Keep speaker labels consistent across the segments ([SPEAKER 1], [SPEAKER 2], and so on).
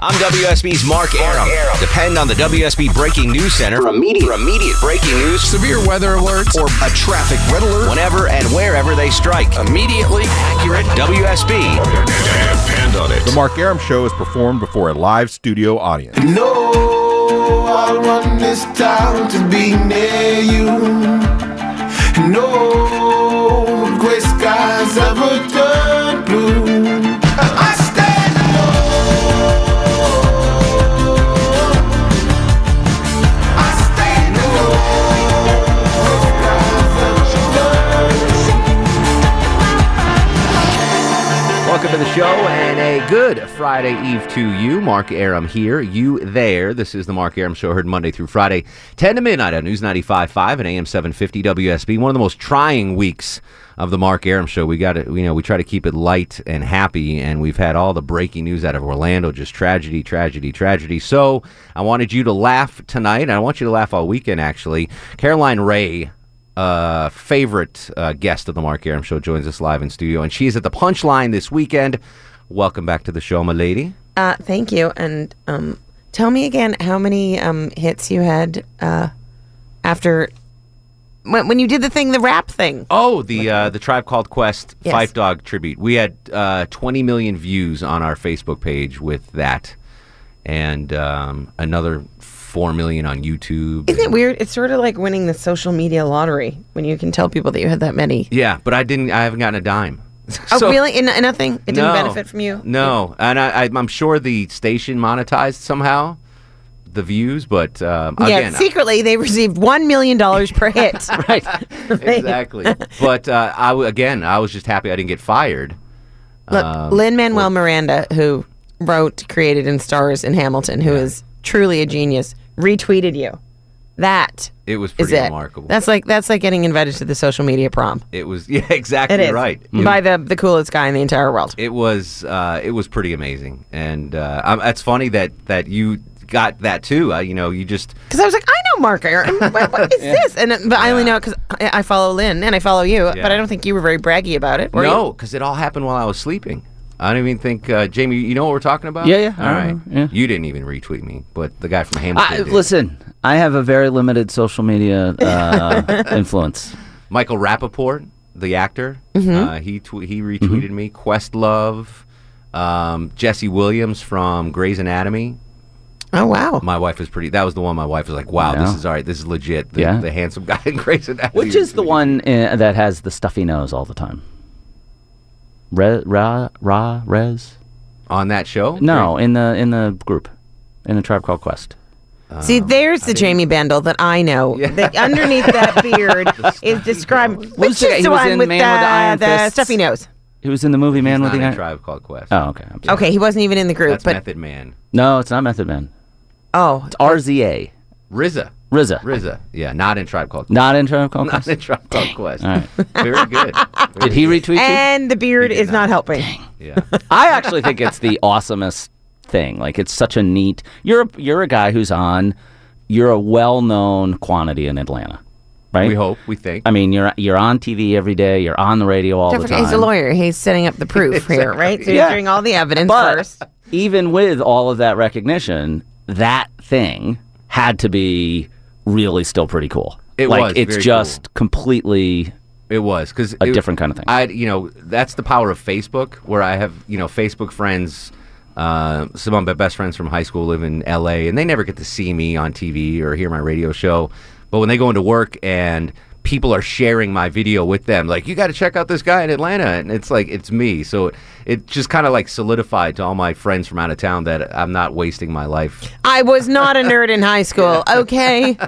[SPEAKER 1] I'm WSB's Mark Aram. Depend on the WSB Breaking News Center for immediate, for immediate breaking news,
[SPEAKER 2] Severe weather alerts
[SPEAKER 1] or a traffic red alert whenever and wherever they strike.
[SPEAKER 2] immediately
[SPEAKER 1] Accurate WSB.
[SPEAKER 2] Depend on it.
[SPEAKER 3] The Mark Aram Show is performed before a live studio audience.
[SPEAKER 4] No, I want this town to be near you. No gray skies ever turn blue. And I stand alone. I stand alone. Gray skies ever turn blue.
[SPEAKER 5] Welcome to the show and a good Friday Eve to you. Mark Aram here, you there. This is the Mark Aram Show, heard Monday through Friday, 10 to midnight on News 95.5 and AM 750 WSB. One of the most trying weeks of the Mark Aram Show. We got it, you know, we try to keep it light and happy, and we've had all the breaking news out of Orlando just tragedy, tragedy, tragedy. So I wanted you to laugh tonight, and I want you to laugh all weekend, actually. Caroline Ray uh, favorite uh, guest of the Mark Aram Show joins us live in studio, and she is at the Punchline this weekend. Welcome back to the show, my lady.
[SPEAKER 6] Uh, thank you. And um, tell me again how many um, hits you had uh, after when, when you did the thing, the rap thing.
[SPEAKER 5] Oh, the uh, the Tribe Called Quest
[SPEAKER 6] Yes.
[SPEAKER 5] Fife Dog tribute. We had uh, 20 million views on our Facebook page with that, and um, another four million on YouTube.
[SPEAKER 6] Isn't it weird? It's sort of like winning the social media lottery when you can tell people that you had that many.
[SPEAKER 5] Yeah, but I didn't. I haven't gotten a dime.
[SPEAKER 6] Oh,
[SPEAKER 5] So-
[SPEAKER 6] really? And, and nothing? It didn't
[SPEAKER 5] No.
[SPEAKER 6] benefit from you?
[SPEAKER 5] No, and I, I, I'm sure the station monetized somehow the views, but um,
[SPEAKER 6] Yeah,
[SPEAKER 5] again,
[SPEAKER 6] secretly they received $1 million per hit.
[SPEAKER 5] right, exactly. But uh, I w- again, I was just happy I didn't get fired.
[SPEAKER 6] Look,
[SPEAKER 5] Um,
[SPEAKER 6] Lin Manuel Miranda, who wrote, created, and stars in Hamilton, who is truly a genius, retweeted you. That
[SPEAKER 5] It was
[SPEAKER 6] is
[SPEAKER 5] pretty
[SPEAKER 6] it.
[SPEAKER 5] remarkable.
[SPEAKER 6] That's like that's like getting invited to the social media prom.
[SPEAKER 5] it was yeah,
[SPEAKER 6] It
[SPEAKER 5] exactly
[SPEAKER 6] is
[SPEAKER 5] right.
[SPEAKER 6] by the the coolest guy in the entire world.
[SPEAKER 5] It was uh, it was pretty amazing, and uh, um, it's funny that that you got that too. Uh, you know, you just
[SPEAKER 6] Because I was like, I know Mark Aram. What, what is this? And uh, but I only know it because I, I follow Lynn and I follow you. But I don't think you were very braggy about it. Were you?
[SPEAKER 5] no, because it all happened while I was sleeping. I don't even think uh, Jamie. You know what we're talking about?
[SPEAKER 7] Yeah, yeah, I
[SPEAKER 5] All right.
[SPEAKER 7] remember, yeah.
[SPEAKER 5] You didn't even retweet me, but the guy from Hamilton.
[SPEAKER 7] I,
[SPEAKER 5] did.
[SPEAKER 7] listen, I have a very limited social media uh, influence.
[SPEAKER 5] Michael Rappaport, the actor,
[SPEAKER 7] Mm-hmm.
[SPEAKER 5] uh, he tw- he retweeted me. Questlove, um, Jesse Williams from Grey's Anatomy.
[SPEAKER 6] Oh wow.
[SPEAKER 5] My wife was pretty. That was the one. My wife was like, "Wow, this
[SPEAKER 7] Yeah.
[SPEAKER 5] is all right. This is legit." The,
[SPEAKER 7] Yeah.
[SPEAKER 5] the handsome guy in Grey's Anatomy.
[SPEAKER 7] Which is the
[SPEAKER 5] retweeted.
[SPEAKER 7] one uh, that has the stuffy nose all the time? Re, ra, ra, res?
[SPEAKER 5] on that show?
[SPEAKER 7] No, in the in the group, in the tribe called Quest.
[SPEAKER 6] See, there's the Jamie Bandel that I know. That underneath that beard is described.
[SPEAKER 7] What
[SPEAKER 6] Which
[SPEAKER 7] was the guy-
[SPEAKER 6] is
[SPEAKER 7] he
[SPEAKER 6] the
[SPEAKER 7] was
[SPEAKER 6] one
[SPEAKER 7] in
[SPEAKER 6] with the,
[SPEAKER 7] Man with the Iron
[SPEAKER 6] the
[SPEAKER 7] Fists?
[SPEAKER 6] stuffy nose.
[SPEAKER 7] He was in the movie Man
[SPEAKER 5] He's
[SPEAKER 7] with the
[SPEAKER 5] not in
[SPEAKER 7] Iron.
[SPEAKER 5] Tribe Called Quest.
[SPEAKER 7] Oh, okay. I'm sorry.
[SPEAKER 6] Okay, he wasn't even in the group,
[SPEAKER 5] that's
[SPEAKER 6] but
[SPEAKER 5] Method Man.
[SPEAKER 7] No, it's not Method Man.
[SPEAKER 6] oh,
[SPEAKER 7] It's RZA.
[SPEAKER 5] RZA.
[SPEAKER 7] RZA.
[SPEAKER 5] RZA. Yeah, not in Tribe Called.
[SPEAKER 7] Not in tribe called
[SPEAKER 5] Not
[SPEAKER 7] Quest.
[SPEAKER 5] in Tribe Called Quest.
[SPEAKER 7] All right.
[SPEAKER 5] Very good.
[SPEAKER 7] Did he retweet you?
[SPEAKER 6] and the beard
[SPEAKER 5] did
[SPEAKER 6] is not, helping.
[SPEAKER 5] Yeah.
[SPEAKER 7] I actually think it's the awesomest thing. Like it's such a neat. You're a, you're a guy who's on. You're a well-known quantity in Atlanta, right?
[SPEAKER 5] We hope. We think.
[SPEAKER 7] I mean, you're you're on TV every day. You're on the radio all
[SPEAKER 6] Don't
[SPEAKER 7] the
[SPEAKER 6] forget,
[SPEAKER 7] time.
[SPEAKER 6] he's a lawyer. He's setting up the proof here, right? So
[SPEAKER 7] Yeah.
[SPEAKER 6] he's doing all the evidence
[SPEAKER 7] But
[SPEAKER 6] first.
[SPEAKER 7] even with all of that recognition, that thing had to be really still pretty cool.
[SPEAKER 5] It
[SPEAKER 7] like
[SPEAKER 5] was
[SPEAKER 7] it's
[SPEAKER 5] very
[SPEAKER 7] just completely
[SPEAKER 5] It was because
[SPEAKER 7] A different kind of thing.
[SPEAKER 5] I, you know, that's the power of Facebook, where I have you know Facebook friends. Uh, some of my best friends from high school live in LA, and they never get to see me on TV or hear my radio show. But when they go into work and people are sharing my video with them, like you got to check out this guy in Atlanta, and it's like it's me. So it, it just kind of like solidified to all my friends from out of town that I'm not wasting my life.
[SPEAKER 6] I was not a nerd in high school, okay?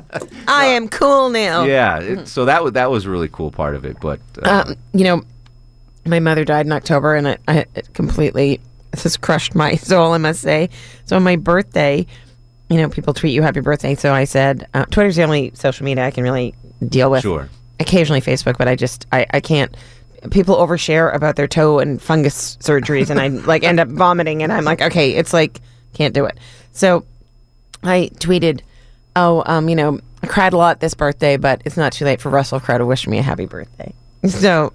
[SPEAKER 6] I am cool now.
[SPEAKER 5] Yeah,
[SPEAKER 6] Hmm.
[SPEAKER 5] it, so that was that was a really cool part of it. But uh,
[SPEAKER 6] Um, you know, my mother died in October, and I, I it completely this has crushed my soul, I must say. So on my birthday, you know, people tweet you happy birthday. So I said, uh, Twitter's the only social media I can really deal with.
[SPEAKER 5] Sure.
[SPEAKER 6] Occasionally Facebook, but I just, I, I can't. People overshare about their toe and fungus surgeries, and I like end up vomiting, and I'm like, okay, it's like, can't do it. So I tweeted, "Oh, um, you know, I cried a lot this birthday, but it's not too late for Russell Crowe to wish me a happy birthday." So,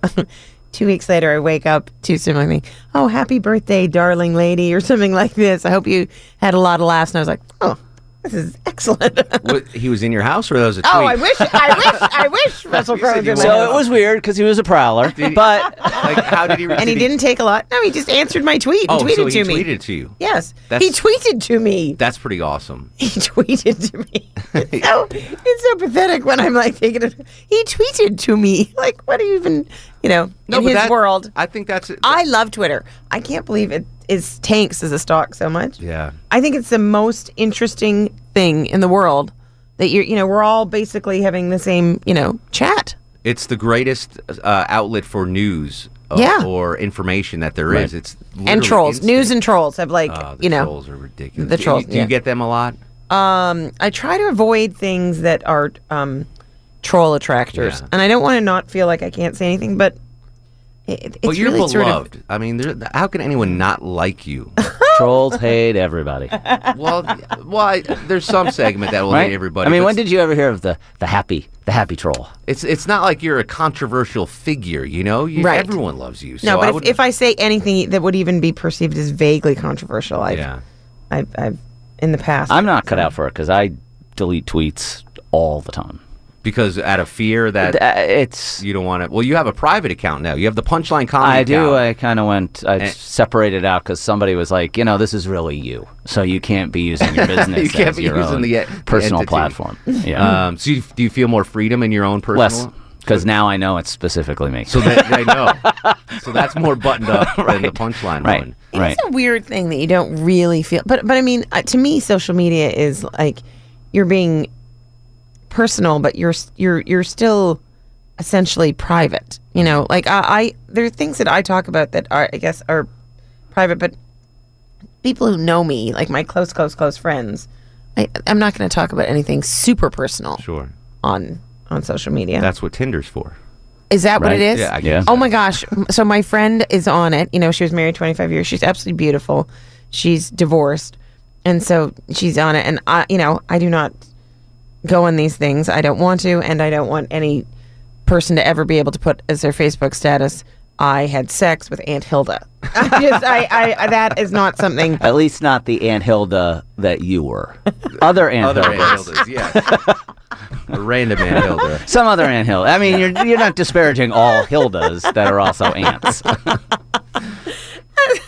[SPEAKER 6] two weeks later, I wake up to something, like, "Oh, happy birthday, darling lady," or something like this. I hope you had a lot of laughs. And I was like, "Oh, this is excellent."
[SPEAKER 5] What, he was in your house, or that was a tweet?
[SPEAKER 6] oh, I wish, I wish, I wish Russell Crowe.
[SPEAKER 5] said you
[SPEAKER 6] did
[SPEAKER 5] wanted-
[SPEAKER 7] So it was weird because he was a prowler, but
[SPEAKER 5] like, how did he?
[SPEAKER 6] and he didn't take a lot. No, he just answered my tweet and
[SPEAKER 5] Oh,
[SPEAKER 6] tweeted
[SPEAKER 5] so he
[SPEAKER 6] to me.
[SPEAKER 5] tweeted to you.
[SPEAKER 6] Yes,
[SPEAKER 5] That's-
[SPEAKER 6] he tweeted to me.
[SPEAKER 5] That's pretty awesome.
[SPEAKER 6] he tweeted to me. It's so, it's so pathetic when I'm like thinking of, he tweeted to me. Like, what do you even, you know, in
[SPEAKER 5] but
[SPEAKER 6] his
[SPEAKER 5] that-
[SPEAKER 6] world. Ah. I,
[SPEAKER 5] I think that's. it.
[SPEAKER 6] love Twitter. I can't believe it is tanks as a stock so much.
[SPEAKER 5] yeah.
[SPEAKER 6] I think it's the most interesting thing in the world that you're, you know, we're all basically having the same, you know, chat.
[SPEAKER 5] It's the greatest uh, outlet for news uh,
[SPEAKER 6] Yeah.
[SPEAKER 5] or information that there is. It's
[SPEAKER 6] and
[SPEAKER 5] literally
[SPEAKER 6] trolls.
[SPEAKER 5] instant.
[SPEAKER 6] News and trolls have like,
[SPEAKER 5] Oh, the
[SPEAKER 6] you know.
[SPEAKER 5] trolls are ridiculous.
[SPEAKER 6] the
[SPEAKER 5] Do you-
[SPEAKER 6] trolls,
[SPEAKER 5] Do,
[SPEAKER 6] yeah.
[SPEAKER 5] you get them a lot?
[SPEAKER 6] um, I try to avoid things that are um, troll attractors,
[SPEAKER 5] Yeah.
[SPEAKER 6] and I don't want to not feel like I can't say anything, but it, it's
[SPEAKER 5] But you're
[SPEAKER 6] really sort of
[SPEAKER 5] beloved. I mean, there- how can anyone not like you?
[SPEAKER 7] trolls hate everybody.
[SPEAKER 5] well, well, I, there's some segment that will
[SPEAKER 7] Right?
[SPEAKER 5] hate everybody.
[SPEAKER 7] I mean,
[SPEAKER 5] but
[SPEAKER 7] when did you ever hear of the the happy the happy troll?
[SPEAKER 5] it's it's not like you're a controversial figure, you know? You,
[SPEAKER 6] Right.
[SPEAKER 5] Everyone loves you. So
[SPEAKER 6] no.
[SPEAKER 5] I
[SPEAKER 6] But
[SPEAKER 5] would,
[SPEAKER 6] if, if I say anything that would even be perceived as vaguely controversial, I've,
[SPEAKER 5] yeah,
[SPEAKER 6] I've, I've in the past,
[SPEAKER 7] I'm not cut out for it because I delete tweets all the time.
[SPEAKER 5] because out of fear that
[SPEAKER 7] Uh, It's
[SPEAKER 5] you don't want to. Well, you have a private account now. You have the Punchline Comedy.
[SPEAKER 7] I do.
[SPEAKER 5] account.
[SPEAKER 7] I kind of went. I separated out because somebody was like, you know, this is really you, so you can't be using your business.
[SPEAKER 5] You can't
[SPEAKER 7] as
[SPEAKER 5] be
[SPEAKER 7] your
[SPEAKER 5] using
[SPEAKER 7] own
[SPEAKER 5] the e- the
[SPEAKER 7] personal
[SPEAKER 5] entity.
[SPEAKER 7] platform. Yeah,
[SPEAKER 5] Um, so you, do you feel more freedom in your own personal?
[SPEAKER 7] less because now I know it's specifically me.
[SPEAKER 5] So that they know. so that's more buttoned up than the Punchline
[SPEAKER 7] right,
[SPEAKER 5] one.
[SPEAKER 7] right.
[SPEAKER 6] It's a weird thing that you don't really feel, but but I mean, uh, to me, social media is like you're being personal, but you're s- you're you're still essentially private. You know, like I, I there are things that I talk about that are I guess are private, but people who know me, like my close, close, close friends, I, I'm not going to talk about anything super personal
[SPEAKER 5] Sure.
[SPEAKER 6] on on social media.
[SPEAKER 5] That's what Tinder's for.
[SPEAKER 6] Is that what
[SPEAKER 7] Right.
[SPEAKER 6] it is?
[SPEAKER 5] Yeah, I
[SPEAKER 7] guess Yeah. so.
[SPEAKER 6] Oh my gosh. So my friend is on it. You know, she was married 25 years. She's absolutely beautiful. She's divorced. And so she's on it and I, you know, I do not go on these things. I don't want to and I don't want any person to ever be able to put as their Facebook status I had sex with Aunt Hilda. I just I, I, I that is not something
[SPEAKER 7] At least not the Aunt Hilda that you were. Other Aunt
[SPEAKER 5] Other
[SPEAKER 7] Hilda.
[SPEAKER 5] Ann Hildas, yeah. A random Ann Hilda.
[SPEAKER 7] Some other Aunt Hilda. I mean, you're you're not disparaging all Hildas that are also aunts.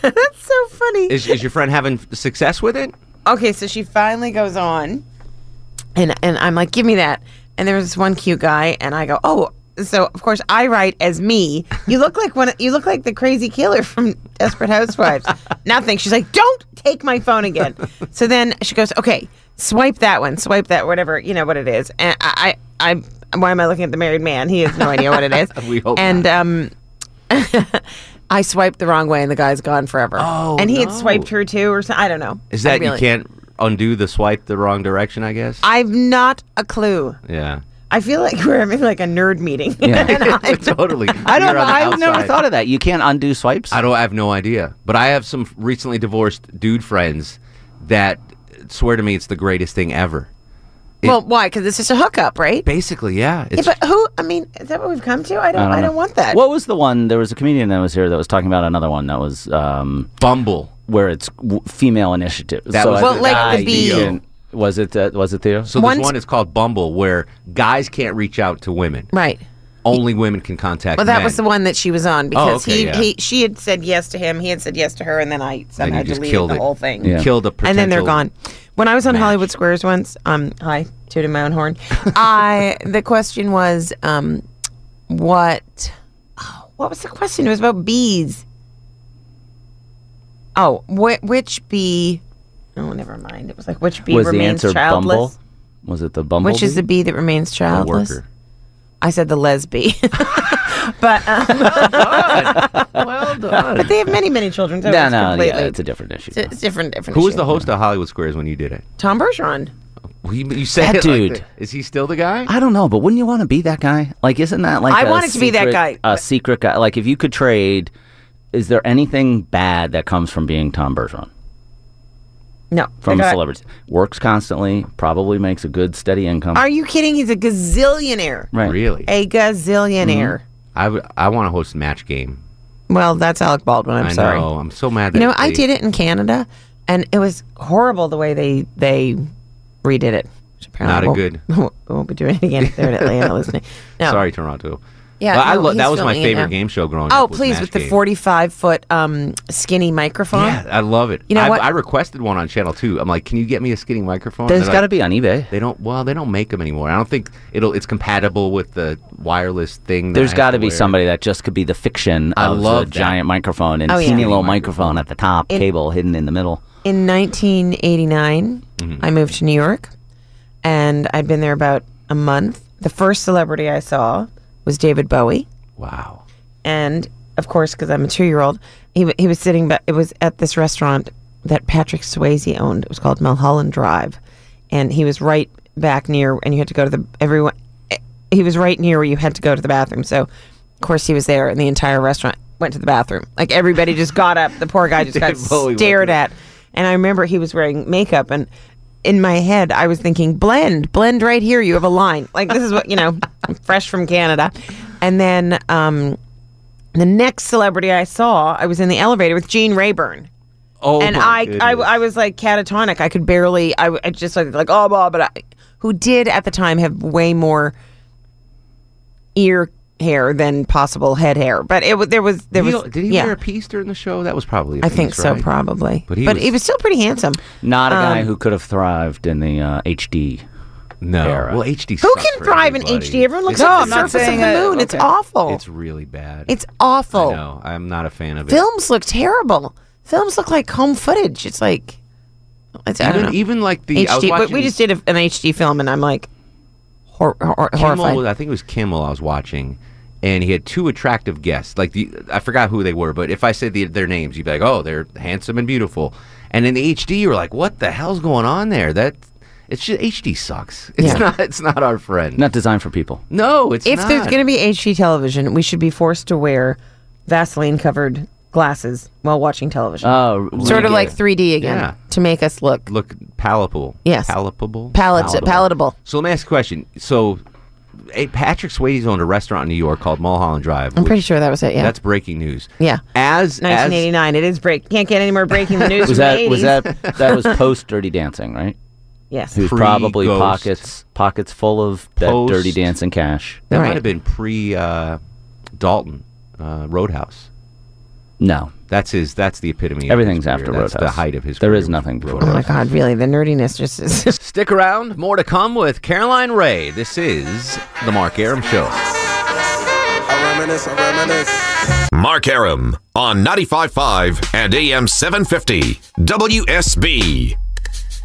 [SPEAKER 6] that's so funny.
[SPEAKER 5] Is, is your friend having success with it?
[SPEAKER 6] okay, so she finally goes on, and and I'm like, give me that. And there was this one cute guy, and I go, oh. So of course I write as me. You look like one. You look like the crazy killer from Desperate Housewives. Nothing. She's like, don't take my phone again. So then she goes, okay, swipe that one, swipe that, whatever you know what it is. And I, I, I why am I looking at the married man? He has no idea what it is.
[SPEAKER 5] We hope
[SPEAKER 6] and um. I swiped the wrong way and the guy's gone forever.
[SPEAKER 5] Oh,
[SPEAKER 6] and he had
[SPEAKER 5] no.
[SPEAKER 6] swiped her too, or something. I don't know.
[SPEAKER 5] Is
[SPEAKER 6] I
[SPEAKER 5] that
[SPEAKER 6] really-
[SPEAKER 5] you can't undo the swipe the wrong direction, I guess?
[SPEAKER 6] I've not a clue.
[SPEAKER 5] yeah.
[SPEAKER 6] I feel like we're having like a nerd meeting. And I-
[SPEAKER 5] totally.
[SPEAKER 7] I don't know. I've never thought of that. You can't undo swipes.
[SPEAKER 5] I don't I have no idea. But I have some recently divorced dude friends that swear to me it's the greatest thing ever.
[SPEAKER 6] well, why? Because it's just a hookup, right?
[SPEAKER 5] Basically, yeah. It's
[SPEAKER 6] Yeah, but who? I mean, is that what we've come to? I don't. I don't,
[SPEAKER 7] know.
[SPEAKER 6] want that.
[SPEAKER 7] What was the one? There was a comedian that was here that was talking about another one that was um,
[SPEAKER 5] Bumble.
[SPEAKER 7] where it's w- female initiative.
[SPEAKER 5] That was
[SPEAKER 6] Well, like the
[SPEAKER 7] I
[SPEAKER 6] bee.
[SPEAKER 7] didn't- Was it that? Was it Theo?
[SPEAKER 5] So
[SPEAKER 6] One
[SPEAKER 5] there's one is called Bumble where guys can't reach out to women.
[SPEAKER 6] right.
[SPEAKER 5] Only women can contact
[SPEAKER 6] Well, that
[SPEAKER 5] men.
[SPEAKER 6] was the one that she was on because
[SPEAKER 5] Oh, okay,
[SPEAKER 6] he,
[SPEAKER 5] yeah.
[SPEAKER 6] he she had said yes to him, he had said yes to her, and then I
[SPEAKER 5] And
[SPEAKER 6] somehow
[SPEAKER 5] you just
[SPEAKER 6] deleted
[SPEAKER 5] killed
[SPEAKER 6] the
[SPEAKER 5] it.
[SPEAKER 6] whole thing.
[SPEAKER 7] Yeah.
[SPEAKER 5] Killed a potential.
[SPEAKER 6] and then they're gone. When I was on Hollywood Squares once, um, hi, tooting my own horn. I the question was, um, what, oh, what was the question? It was about bees. Oh, wh- which bee? Oh, never mind. It was like which bee
[SPEAKER 7] was the
[SPEAKER 6] remains
[SPEAKER 7] answer
[SPEAKER 6] childless?
[SPEAKER 7] Bumble? Was it the Bumble?
[SPEAKER 6] Which is the bee that remains
[SPEAKER 5] A
[SPEAKER 6] childless?
[SPEAKER 5] worker.
[SPEAKER 6] I said the lesby, but um,
[SPEAKER 5] Well done.
[SPEAKER 6] they have many, many children. So
[SPEAKER 7] No,
[SPEAKER 6] it's
[SPEAKER 7] no,
[SPEAKER 6] completely,
[SPEAKER 7] yeah, it's a different issue.
[SPEAKER 6] it's, it's different. Different.
[SPEAKER 5] Who was
[SPEAKER 6] issue.
[SPEAKER 5] the host of Hollywood Squares when you did it?
[SPEAKER 6] Tom Bergeron.
[SPEAKER 5] Well, you, you said
[SPEAKER 7] That
[SPEAKER 5] it like
[SPEAKER 7] dude.
[SPEAKER 5] that. is he still the guy?
[SPEAKER 7] I don't know, but wouldn't you want to be that guy? Like, isn't that like
[SPEAKER 6] I
[SPEAKER 7] a
[SPEAKER 6] wanted to be that
[SPEAKER 7] secret-
[SPEAKER 6] guy,
[SPEAKER 7] A
[SPEAKER 6] but-
[SPEAKER 7] secret guy. Like, if you could trade, is there anything bad that comes from being Tom Bergeron
[SPEAKER 6] No,
[SPEAKER 7] from
[SPEAKER 6] the guy-
[SPEAKER 7] celebrities? Works constantly, probably makes a good steady income.
[SPEAKER 6] Are you kidding? He's a gazillionaire.
[SPEAKER 7] right.
[SPEAKER 5] Really? Mm-hmm.
[SPEAKER 6] A gazillionaire.
[SPEAKER 5] I would- I want to host match game.
[SPEAKER 6] Well, that's Alec Baldwin. I'm
[SPEAKER 5] I
[SPEAKER 6] sorry.
[SPEAKER 5] know. I'm so mad that
[SPEAKER 6] You know, I
[SPEAKER 5] they-
[SPEAKER 6] did it in Canada, and it was horrible the way they they redid it. Which apparently
[SPEAKER 5] Not a
[SPEAKER 6] won't-
[SPEAKER 5] good-
[SPEAKER 6] Won't, won't be doing it again if they're in Atlanta listening. No.
[SPEAKER 5] Sorry, Toronto.
[SPEAKER 6] Yeah,
[SPEAKER 5] But I
[SPEAKER 6] no,
[SPEAKER 5] lo-
[SPEAKER 6] he's
[SPEAKER 5] that was my
[SPEAKER 6] filming it
[SPEAKER 5] favorite
[SPEAKER 6] now.
[SPEAKER 5] game show growing
[SPEAKER 6] Oh,
[SPEAKER 5] up. was
[SPEAKER 6] please,
[SPEAKER 5] Match
[SPEAKER 6] with the
[SPEAKER 5] Game.
[SPEAKER 6] 45 foot um, skinny microphone.
[SPEAKER 5] Yeah, I love it.
[SPEAKER 6] You know
[SPEAKER 5] I,
[SPEAKER 6] what?
[SPEAKER 5] I requested one on Channel Two. I'm like, can you get me a skinny microphone?
[SPEAKER 7] There's
[SPEAKER 5] They're
[SPEAKER 7] got to
[SPEAKER 5] like,
[SPEAKER 7] be on eBay.
[SPEAKER 5] They don't. Well, they don't make them anymore. I don't think it'll. It's compatible with the wireless thing. that I
[SPEAKER 7] There's
[SPEAKER 5] have
[SPEAKER 7] got to
[SPEAKER 5] to
[SPEAKER 7] be
[SPEAKER 5] wear.
[SPEAKER 7] somebody that just could be the fiction
[SPEAKER 5] I
[SPEAKER 7] of
[SPEAKER 5] love
[SPEAKER 7] the
[SPEAKER 5] that.
[SPEAKER 7] giant microphone and
[SPEAKER 6] Oh, yeah.
[SPEAKER 7] teeny little
[SPEAKER 5] Teeny
[SPEAKER 7] microphone at the top, cable hidden in the middle.
[SPEAKER 6] In 1989,
[SPEAKER 5] Mm-hmm.
[SPEAKER 6] I moved to New York, and I'd been there about a month. The first celebrity I saw was David Bowie.
[SPEAKER 5] Wow.
[SPEAKER 6] and of course, because I'm a two year old, he wa- he was sitting. But it was at this restaurant that Patrick Swayze owned. It was called Mulholland Drive, and he was right back near. And you had to go to the everyone. eh, He was right near where you had to go to the bathroom. So, of course, he was there, and the entire restaurant went to the bathroom. Like everybody just got up. The poor guy just got
[SPEAKER 5] David Bowie went
[SPEAKER 6] stared
[SPEAKER 5] to-
[SPEAKER 6] at. And I remember he was wearing makeup and. In my head, I was thinking, blend, blend right here. You have a line. Like, this is what, you know, I'm fresh from Canada. And then um, the next celebrity I saw, I was in the elevator with Gene Rayburn.
[SPEAKER 5] Oh,
[SPEAKER 6] and
[SPEAKER 5] my
[SPEAKER 6] I, I,
[SPEAKER 5] goodness.
[SPEAKER 6] I was like catatonic. I could barely, I, w- I just like, like oh, blah, but I, who did at the time have way more ear hair than possible head hair. But it wa- there was, there
[SPEAKER 5] He-
[SPEAKER 6] was,
[SPEAKER 5] did he
[SPEAKER 6] yeah,
[SPEAKER 5] wear a piece during the show? That was probably. I
[SPEAKER 6] I think so, probably.
[SPEAKER 5] But he was-
[SPEAKER 6] still pretty handsome.
[SPEAKER 7] Not a guy
[SPEAKER 6] Um,
[SPEAKER 7] who could have thrived in the uh, HD.
[SPEAKER 5] No.
[SPEAKER 7] Era.
[SPEAKER 5] Well, HD.
[SPEAKER 6] Who
[SPEAKER 5] sucks
[SPEAKER 6] can
[SPEAKER 5] for
[SPEAKER 6] thrive in
[SPEAKER 5] everybody.
[SPEAKER 6] HD? Everyone looks
[SPEAKER 5] It's-
[SPEAKER 6] like
[SPEAKER 7] I'm
[SPEAKER 6] the
[SPEAKER 7] not
[SPEAKER 6] surface of
[SPEAKER 7] saying
[SPEAKER 6] the
[SPEAKER 7] it-
[SPEAKER 6] moon. It's
[SPEAKER 7] okay.
[SPEAKER 6] awful.
[SPEAKER 5] It's really bad.
[SPEAKER 6] It's awful.
[SPEAKER 5] I know. I'm not a fan of it.
[SPEAKER 6] Films look terrible. Films look like home footage. It's like, it's, I don't know.
[SPEAKER 5] Even, even like the I was
[SPEAKER 6] HD.
[SPEAKER 5] watching
[SPEAKER 6] we, we just did a, an HD film, and I'm like hor- hor- horrified.
[SPEAKER 5] Kimmel, I think it was Kimmel I was watching, and he had two attractive guests. Like the, I forgot who they were, but if I said the, their names, you'd be like, "Oh, they're handsome and beautiful." And in the HD, you were like, "What the hell's going on there?" That it's just HD sucks. It's
[SPEAKER 6] Yeah.
[SPEAKER 5] not. It's not our friend.
[SPEAKER 7] Not designed for people.
[SPEAKER 5] No, it's
[SPEAKER 6] if
[SPEAKER 5] not.
[SPEAKER 6] there's going to be HD television, we should be forced to wear Vaseline covered glasses while watching television.
[SPEAKER 7] Oh,
[SPEAKER 6] sort of
[SPEAKER 7] yeah.
[SPEAKER 6] like 3D again
[SPEAKER 5] Uh, Yeah.
[SPEAKER 6] to make us look
[SPEAKER 5] look palatable.
[SPEAKER 6] Yes.
[SPEAKER 5] palatable.
[SPEAKER 6] palat- palatable.
[SPEAKER 5] So let me ask a question. So, eh, Patrick Swayze's owned a restaurant in New York called Mulholland Drive.
[SPEAKER 6] I'm pretty sure that was it. Yeah,
[SPEAKER 5] That's breaking news.
[SPEAKER 6] Yeah.
[SPEAKER 5] As as
[SPEAKER 6] 1989. it is break. Can't get any more breaking the news. from
[SPEAKER 7] Was that
[SPEAKER 6] the 80s.
[SPEAKER 7] was that that was post Dirty Dancing, right?
[SPEAKER 6] Yes.
[SPEAKER 7] Who's
[SPEAKER 5] Pre-
[SPEAKER 7] probably
[SPEAKER 5] Ghost.
[SPEAKER 7] pockets pockets full of that
[SPEAKER 5] Post-
[SPEAKER 7] Dirty Dancing cash.
[SPEAKER 5] That
[SPEAKER 6] Right.
[SPEAKER 5] might have been pre uh, Dalton uh, Roadhouse.
[SPEAKER 7] No,
[SPEAKER 5] That's his. That's the epitome. of his
[SPEAKER 7] everything's
[SPEAKER 5] career.
[SPEAKER 7] after
[SPEAKER 5] That's
[SPEAKER 7] Roadhouse.
[SPEAKER 5] The height of his.
[SPEAKER 7] There
[SPEAKER 5] career
[SPEAKER 7] is
[SPEAKER 5] was
[SPEAKER 7] nothing before
[SPEAKER 6] Oh my
[SPEAKER 7] Roadhouse.
[SPEAKER 6] God! Really, the nerdiness just is.
[SPEAKER 5] Stick around. More to come with Caroline Ray. This is the Mark Aram Show.
[SPEAKER 4] I reminisce, I reminisce.
[SPEAKER 2] Mark Aram on 95.5 and AM 750. WSB.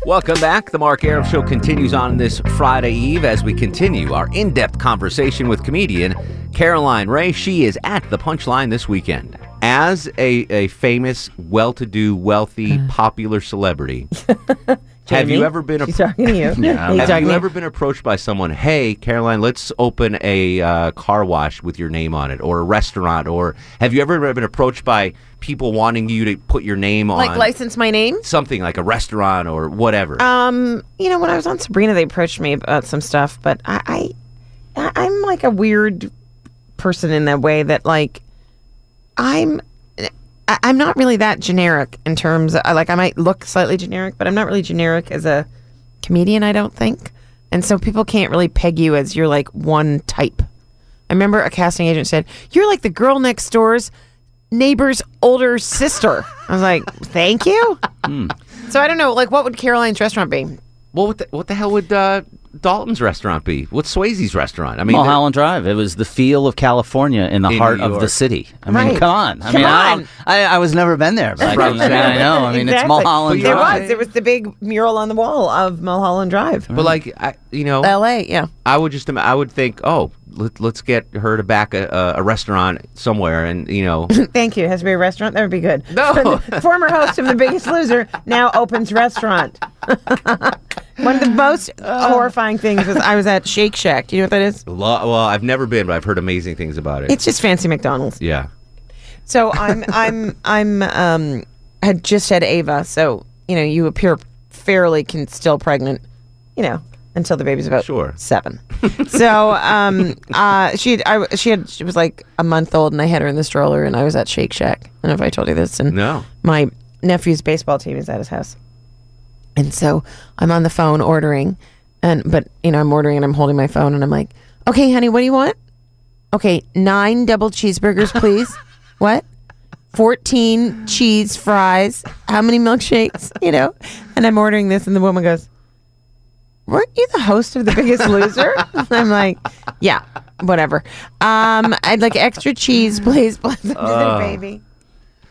[SPEAKER 5] Welcome back. The Mark Aram Show continues on this Friday Eve as we continue our in-depth conversation with comedian Caroline Ray. She is at the Punchline this weekend. As a, a famous, well-to-do, wealthy, popular celebrity, have you
[SPEAKER 6] Uh. Jamie?
[SPEAKER 5] ever been a
[SPEAKER 6] She's talking to you.
[SPEAKER 7] Yeah,
[SPEAKER 6] He's
[SPEAKER 7] I'm-
[SPEAKER 5] Have
[SPEAKER 6] talking
[SPEAKER 5] you
[SPEAKER 6] to you.
[SPEAKER 5] ever been approached by someone, hey, Caroline, let's open a uh, car wash with your name on it or a restaurant? Or have you ever been approached by people wanting you to put your name on
[SPEAKER 6] like license my name?
[SPEAKER 5] something like a restaurant or whatever?
[SPEAKER 6] Um, you know, when I was on Sabrina, they approached me about some stuff, but I, I, I- I'm like a weird person in that way that like, I'm, I- I'm not really that generic in terms. I like I might look slightly generic, but I'm not really generic as a comedian. I don't think, and so people can't really peg you as you're like one type. I remember a casting agent said, "You're like the girl next door's." Neighbor's older sister. I was like, "Thank you." So I don't know, like, what would Caroline's restaurant be?
[SPEAKER 5] well, what the, what the hell would uh, Dalton's restaurant be? What's Swayze's restaurant? I mean,
[SPEAKER 7] Mulholland Drive. It was the feel of California in the
[SPEAKER 5] In
[SPEAKER 7] heart
[SPEAKER 5] New
[SPEAKER 7] of
[SPEAKER 5] York.
[SPEAKER 7] the city. I
[SPEAKER 6] Right.
[SPEAKER 7] mean, come on. I
[SPEAKER 6] Come
[SPEAKER 7] mean, I,
[SPEAKER 6] on.
[SPEAKER 7] don't- I, I was never been there. But I,
[SPEAKER 5] Right.
[SPEAKER 7] mean, I know. I mean, it's Mulholland
[SPEAKER 6] There
[SPEAKER 7] Drive.
[SPEAKER 6] was. There was the big mural on the wall of Mulholland Drive.
[SPEAKER 5] but like, I, you know,
[SPEAKER 6] L.A. Yeah.
[SPEAKER 5] I would just, I would think, oh, let, let's get her to back a, a, a restaurant somewhere, and you know,
[SPEAKER 6] Thank you. It has to be a restaurant. That would be good.
[SPEAKER 5] No.
[SPEAKER 6] Former host of The Biggest Loser now opens restaurant. One of the most
[SPEAKER 7] Uh.
[SPEAKER 6] horrifying things was I was at Shake Shack. Do you know what that is?
[SPEAKER 5] lo- well, I've never been, but I've heard amazing things about it.
[SPEAKER 6] It's just fancy McDonald's.
[SPEAKER 5] yeah,
[SPEAKER 6] So I'm I'm I'm um had just had Ava. So you know you appear fairly can still pregnant. You know until the baby's about
[SPEAKER 5] Sure.
[SPEAKER 6] seven. so um uh she had, I she had she was like a month old and I had her in the stroller and I was at Shake Shack. I don't know if I told you this and
[SPEAKER 5] No.
[SPEAKER 6] my nephew's baseball team is at his house. And so I'm on the phone ordering, and but you know I'm ordering and I'm holding my phone and I'm like, okay, honey, what do you want? Okay, nine double cheeseburgers, please. what? Fourteen cheese fries. How many milkshakes? You know? And I'm ordering this, and the woman goes, "Weren't you the host of The Biggest Loser?" And I'm like, "Yeah, whatever. Um, I'd like extra cheese, please, please, baby."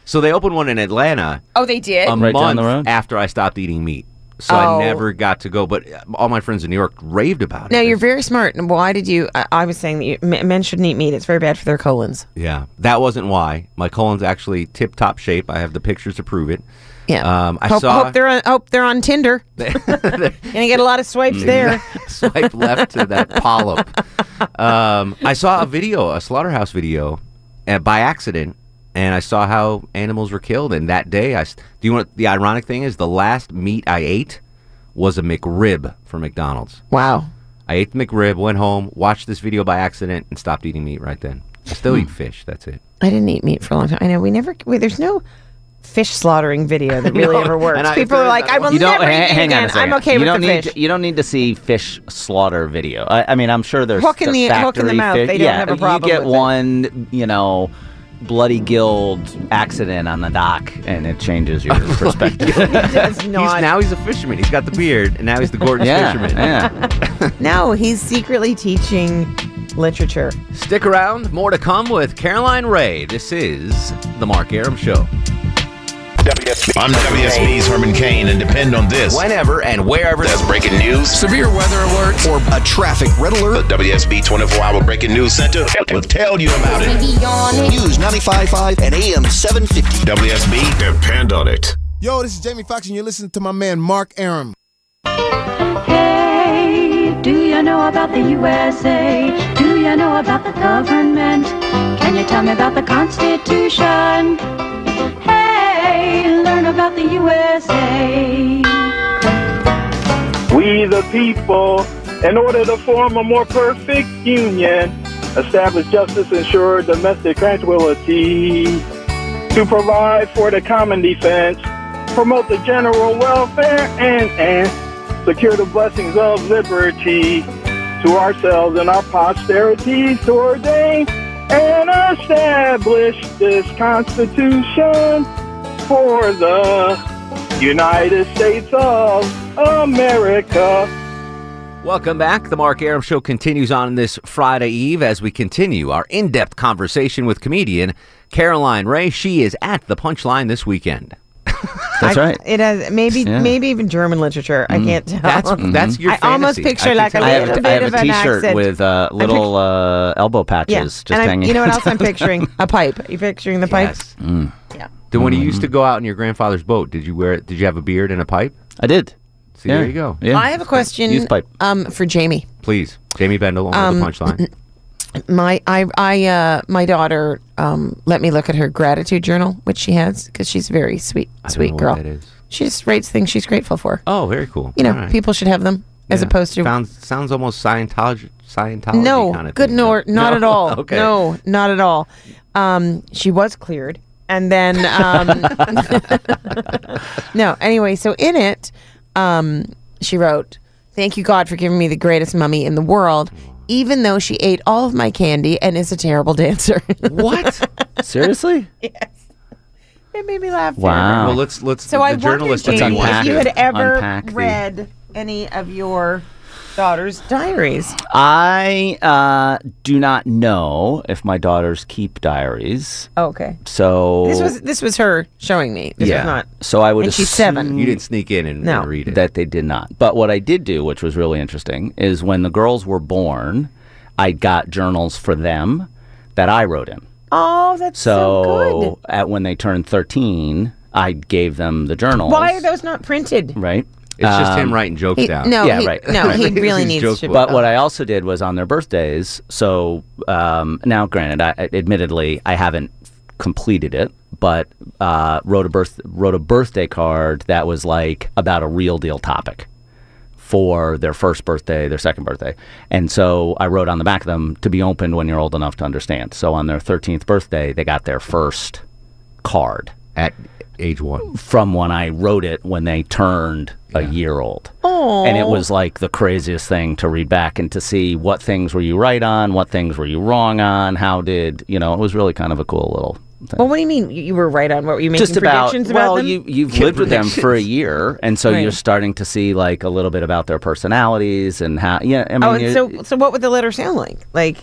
[SPEAKER 5] so they opened one in Atlanta
[SPEAKER 6] Oh, they did.
[SPEAKER 5] a
[SPEAKER 7] Right
[SPEAKER 5] month
[SPEAKER 7] down the road?
[SPEAKER 5] after I stopped eating meat, so
[SPEAKER 6] Oh.
[SPEAKER 5] I never got to go. But all my friends in New York raved about it.
[SPEAKER 6] No, you're
[SPEAKER 5] It's-
[SPEAKER 6] very smart. And Why did you? I, I was saying that you, m- men shouldn't eat meat. It's very bad for their colons.
[SPEAKER 5] Yeah, that wasn't why. My colon's actually tip top shape. I have the pictures to prove it.
[SPEAKER 6] Yeah.
[SPEAKER 5] Um, I
[SPEAKER 6] hope,
[SPEAKER 5] saw.
[SPEAKER 6] hope they're on, hope they're on Tinder. Gonna get a lot of
[SPEAKER 7] Mm-hmm.
[SPEAKER 6] swipes there.
[SPEAKER 5] swipe left to that polyp. Um, I saw a video, a slaughterhouse video, uh, by accident, and I saw how animals were killed. And that day, I s- do you want the ironic thing is the last meat I ate was a McRib from McDonald's.
[SPEAKER 6] Wow.
[SPEAKER 5] I ate the McRib, went home, watched this video by accident, and stopped eating meat right then. I still
[SPEAKER 6] Hmm.
[SPEAKER 5] eat fish. That's it.
[SPEAKER 6] I didn't eat meat for a long time. I know we never. We, there's no fish slaughtering video that really ever works.
[SPEAKER 5] and I-
[SPEAKER 6] People are like, I will
[SPEAKER 7] You don't
[SPEAKER 6] never eat
[SPEAKER 7] hang,
[SPEAKER 6] meat
[SPEAKER 7] hang on
[SPEAKER 6] again.
[SPEAKER 7] a second.
[SPEAKER 6] I'm okay
[SPEAKER 7] you
[SPEAKER 6] with
[SPEAKER 7] don't
[SPEAKER 6] the
[SPEAKER 7] need
[SPEAKER 6] fish.
[SPEAKER 7] To, you don't need to see fish slaughter video. I, I mean, I'm sure there's
[SPEAKER 6] Hook in the- hook in the
[SPEAKER 7] factory
[SPEAKER 6] mouth.
[SPEAKER 7] Fish.
[SPEAKER 6] They don't
[SPEAKER 7] yeah,
[SPEAKER 6] have a problem
[SPEAKER 7] You get
[SPEAKER 6] with it.
[SPEAKER 7] one, you know, bloody gilled accident on the dock, and it changes your perspective.
[SPEAKER 6] It does
[SPEAKER 5] He's,
[SPEAKER 6] not.
[SPEAKER 5] now he's a fisherman. He's got the beard, and now he's the Gordon's
[SPEAKER 7] yeah,
[SPEAKER 5] fisherman.
[SPEAKER 7] yeah.
[SPEAKER 6] no, he's secretly teaching literature.
[SPEAKER 5] Stick around, more to come with Caroline Ray. This is The Mark Aram Show.
[SPEAKER 8] I'm WSB's Herman Kane, and depend on this.
[SPEAKER 5] Whenever and wherever
[SPEAKER 8] That's breaking news,
[SPEAKER 1] Severe weather alert or a traffic red alert.
[SPEAKER 8] the WSB 24 Hour Breaking News Center will tell you about it.
[SPEAKER 1] News 95.5 and AM 750.
[SPEAKER 8] WSB,
[SPEAKER 2] Depend on it.
[SPEAKER 4] Yo, this is Jamie Foxx, and you're listening to my man Mark Aram.
[SPEAKER 9] Hey, do you know about the USA? Do you know about the government? Can you tell me about the Constitution? Hey, learn about the USA.
[SPEAKER 10] We the people, in order to form a more perfect union, establish justice, ensure domestic tranquility, to provide for the common defense, promote the general welfare, and, and secure the blessings of liberty to ourselves and our posterity to ordain and establish this Constitution for the United States of America.
[SPEAKER 5] Welcome back. The Mark Aram Show continues on this Friday Eve as we continue our in depth conversation with comedian Caroline Ray. She is at the punchline this weekend.
[SPEAKER 7] That's
[SPEAKER 6] I-
[SPEAKER 7] right.
[SPEAKER 6] It has maybe
[SPEAKER 7] Yeah.
[SPEAKER 6] maybe even German literature.
[SPEAKER 7] Mm.
[SPEAKER 6] I can't tell.
[SPEAKER 5] That's that's your
[SPEAKER 6] I almost
[SPEAKER 5] fantasy.
[SPEAKER 6] picture
[SPEAKER 5] can
[SPEAKER 6] like a
[SPEAKER 5] tell
[SPEAKER 7] I
[SPEAKER 5] you
[SPEAKER 6] little
[SPEAKER 7] have,
[SPEAKER 5] that.
[SPEAKER 7] I
[SPEAKER 6] bit of
[SPEAKER 7] have a
[SPEAKER 6] an
[SPEAKER 7] T-shirt
[SPEAKER 6] accent.
[SPEAKER 7] with uh, little uh, elbow patches
[SPEAKER 6] Yeah.
[SPEAKER 7] just
[SPEAKER 6] and I'm-
[SPEAKER 7] hanging.
[SPEAKER 6] you know what else I'm picturing? A pipe. You picturing the pipe?
[SPEAKER 5] Yes. Then when you used to go out in your grandfather's boat, did you wear it? Did you have a beard and a pipe?
[SPEAKER 7] I did.
[SPEAKER 5] See, there you go.
[SPEAKER 7] Yeah.
[SPEAKER 6] I have a question
[SPEAKER 7] Use pipe.
[SPEAKER 6] um for Jamie.
[SPEAKER 5] Please, Jamie Bendel on the
[SPEAKER 6] Um,
[SPEAKER 5] punchline.
[SPEAKER 6] My I I uh my daughter um let me look at her gratitude journal which she has cuz she's a very sweet
[SPEAKER 5] don't
[SPEAKER 6] sweet
[SPEAKER 5] know what
[SPEAKER 6] girl.
[SPEAKER 5] that is.
[SPEAKER 6] She just writes things she's grateful for.
[SPEAKER 5] Oh, very cool.
[SPEAKER 6] you know,
[SPEAKER 5] All right.
[SPEAKER 6] people should have them as
[SPEAKER 5] Yeah.
[SPEAKER 6] opposed to
[SPEAKER 5] sounds sounds almost Scientology Scientology
[SPEAKER 6] No,
[SPEAKER 5] kind of
[SPEAKER 6] good
[SPEAKER 5] thing,
[SPEAKER 6] nor
[SPEAKER 5] though.
[SPEAKER 6] not
[SPEAKER 5] No?
[SPEAKER 6] at all.
[SPEAKER 5] okay.
[SPEAKER 6] No, not at all. Um, she was cleared, and then um, no. Anyway, so in it, um, she wrote, "Thank you God for giving me the greatest mummy in the world." Even though she ate all of my candy and is a terrible dancer,
[SPEAKER 5] What?
[SPEAKER 7] Seriously?
[SPEAKER 6] it made me laugh.
[SPEAKER 7] Wow.
[SPEAKER 5] well, let's let's
[SPEAKER 6] So
[SPEAKER 5] the
[SPEAKER 6] I wondered,
[SPEAKER 5] journalist
[SPEAKER 6] Jamie,
[SPEAKER 5] in me
[SPEAKER 7] unpack
[SPEAKER 6] if you
[SPEAKER 5] wants
[SPEAKER 6] had
[SPEAKER 5] to-
[SPEAKER 7] it.
[SPEAKER 6] ever
[SPEAKER 7] Unpack the-
[SPEAKER 6] read any of your daughter's diaries.
[SPEAKER 7] I uh, do not know if my daughters keep diaries.
[SPEAKER 6] Oh, Okay.
[SPEAKER 7] So
[SPEAKER 6] This was this was her showing me. This was not.
[SPEAKER 7] So I would.
[SPEAKER 6] And she's seven.
[SPEAKER 7] assume
[SPEAKER 6] You didn't
[SPEAKER 5] sneak in and,
[SPEAKER 6] No. and
[SPEAKER 5] read
[SPEAKER 7] it. That they did not. But what I did do, which was really interesting, is when the girls were born, I got journals for them that I wrote in.
[SPEAKER 6] Oh, that's
[SPEAKER 7] So,
[SPEAKER 6] so, good.
[SPEAKER 7] at when they turned thirteen, I gave them the journals.
[SPEAKER 6] Why are those not printed?
[SPEAKER 7] Right.
[SPEAKER 5] It's just him writing jokes
[SPEAKER 6] um, He- down. no,
[SPEAKER 7] yeah,
[SPEAKER 6] he-
[SPEAKER 7] right.
[SPEAKER 6] no, he really His needs joke to- book.
[SPEAKER 7] But what I also did was on their birthdays. So um, now, granted, I, I- admittedly, I haven't completed it, but uh, wrote a birth wrote a birthday card that was like about a real deal topic for their first birthday, their second birthday. And so I wrote on the back of them to be opened when you're old enough to understand. So on their 13th birthday, they got their first card
[SPEAKER 5] at age 1
[SPEAKER 7] from when I wrote it when they turned a year old.
[SPEAKER 6] Oh.
[SPEAKER 7] And it was like the craziest thing to read back and to see what things were you right on, what things were you wrong on, how did, you know, it was really kind of a cool little thing.
[SPEAKER 6] Well, what do you mean? You you were right on. What were you making
[SPEAKER 7] Just about-
[SPEAKER 6] predictions about
[SPEAKER 7] well,
[SPEAKER 6] them?
[SPEAKER 7] you- You've lived with them for a year, and so you're
[SPEAKER 6] Right.
[SPEAKER 7] starting to see like a little bit about their personalities and how. Yeah, I mean,
[SPEAKER 6] oh, and
[SPEAKER 7] it-
[SPEAKER 6] so so what would the letter sound like? Like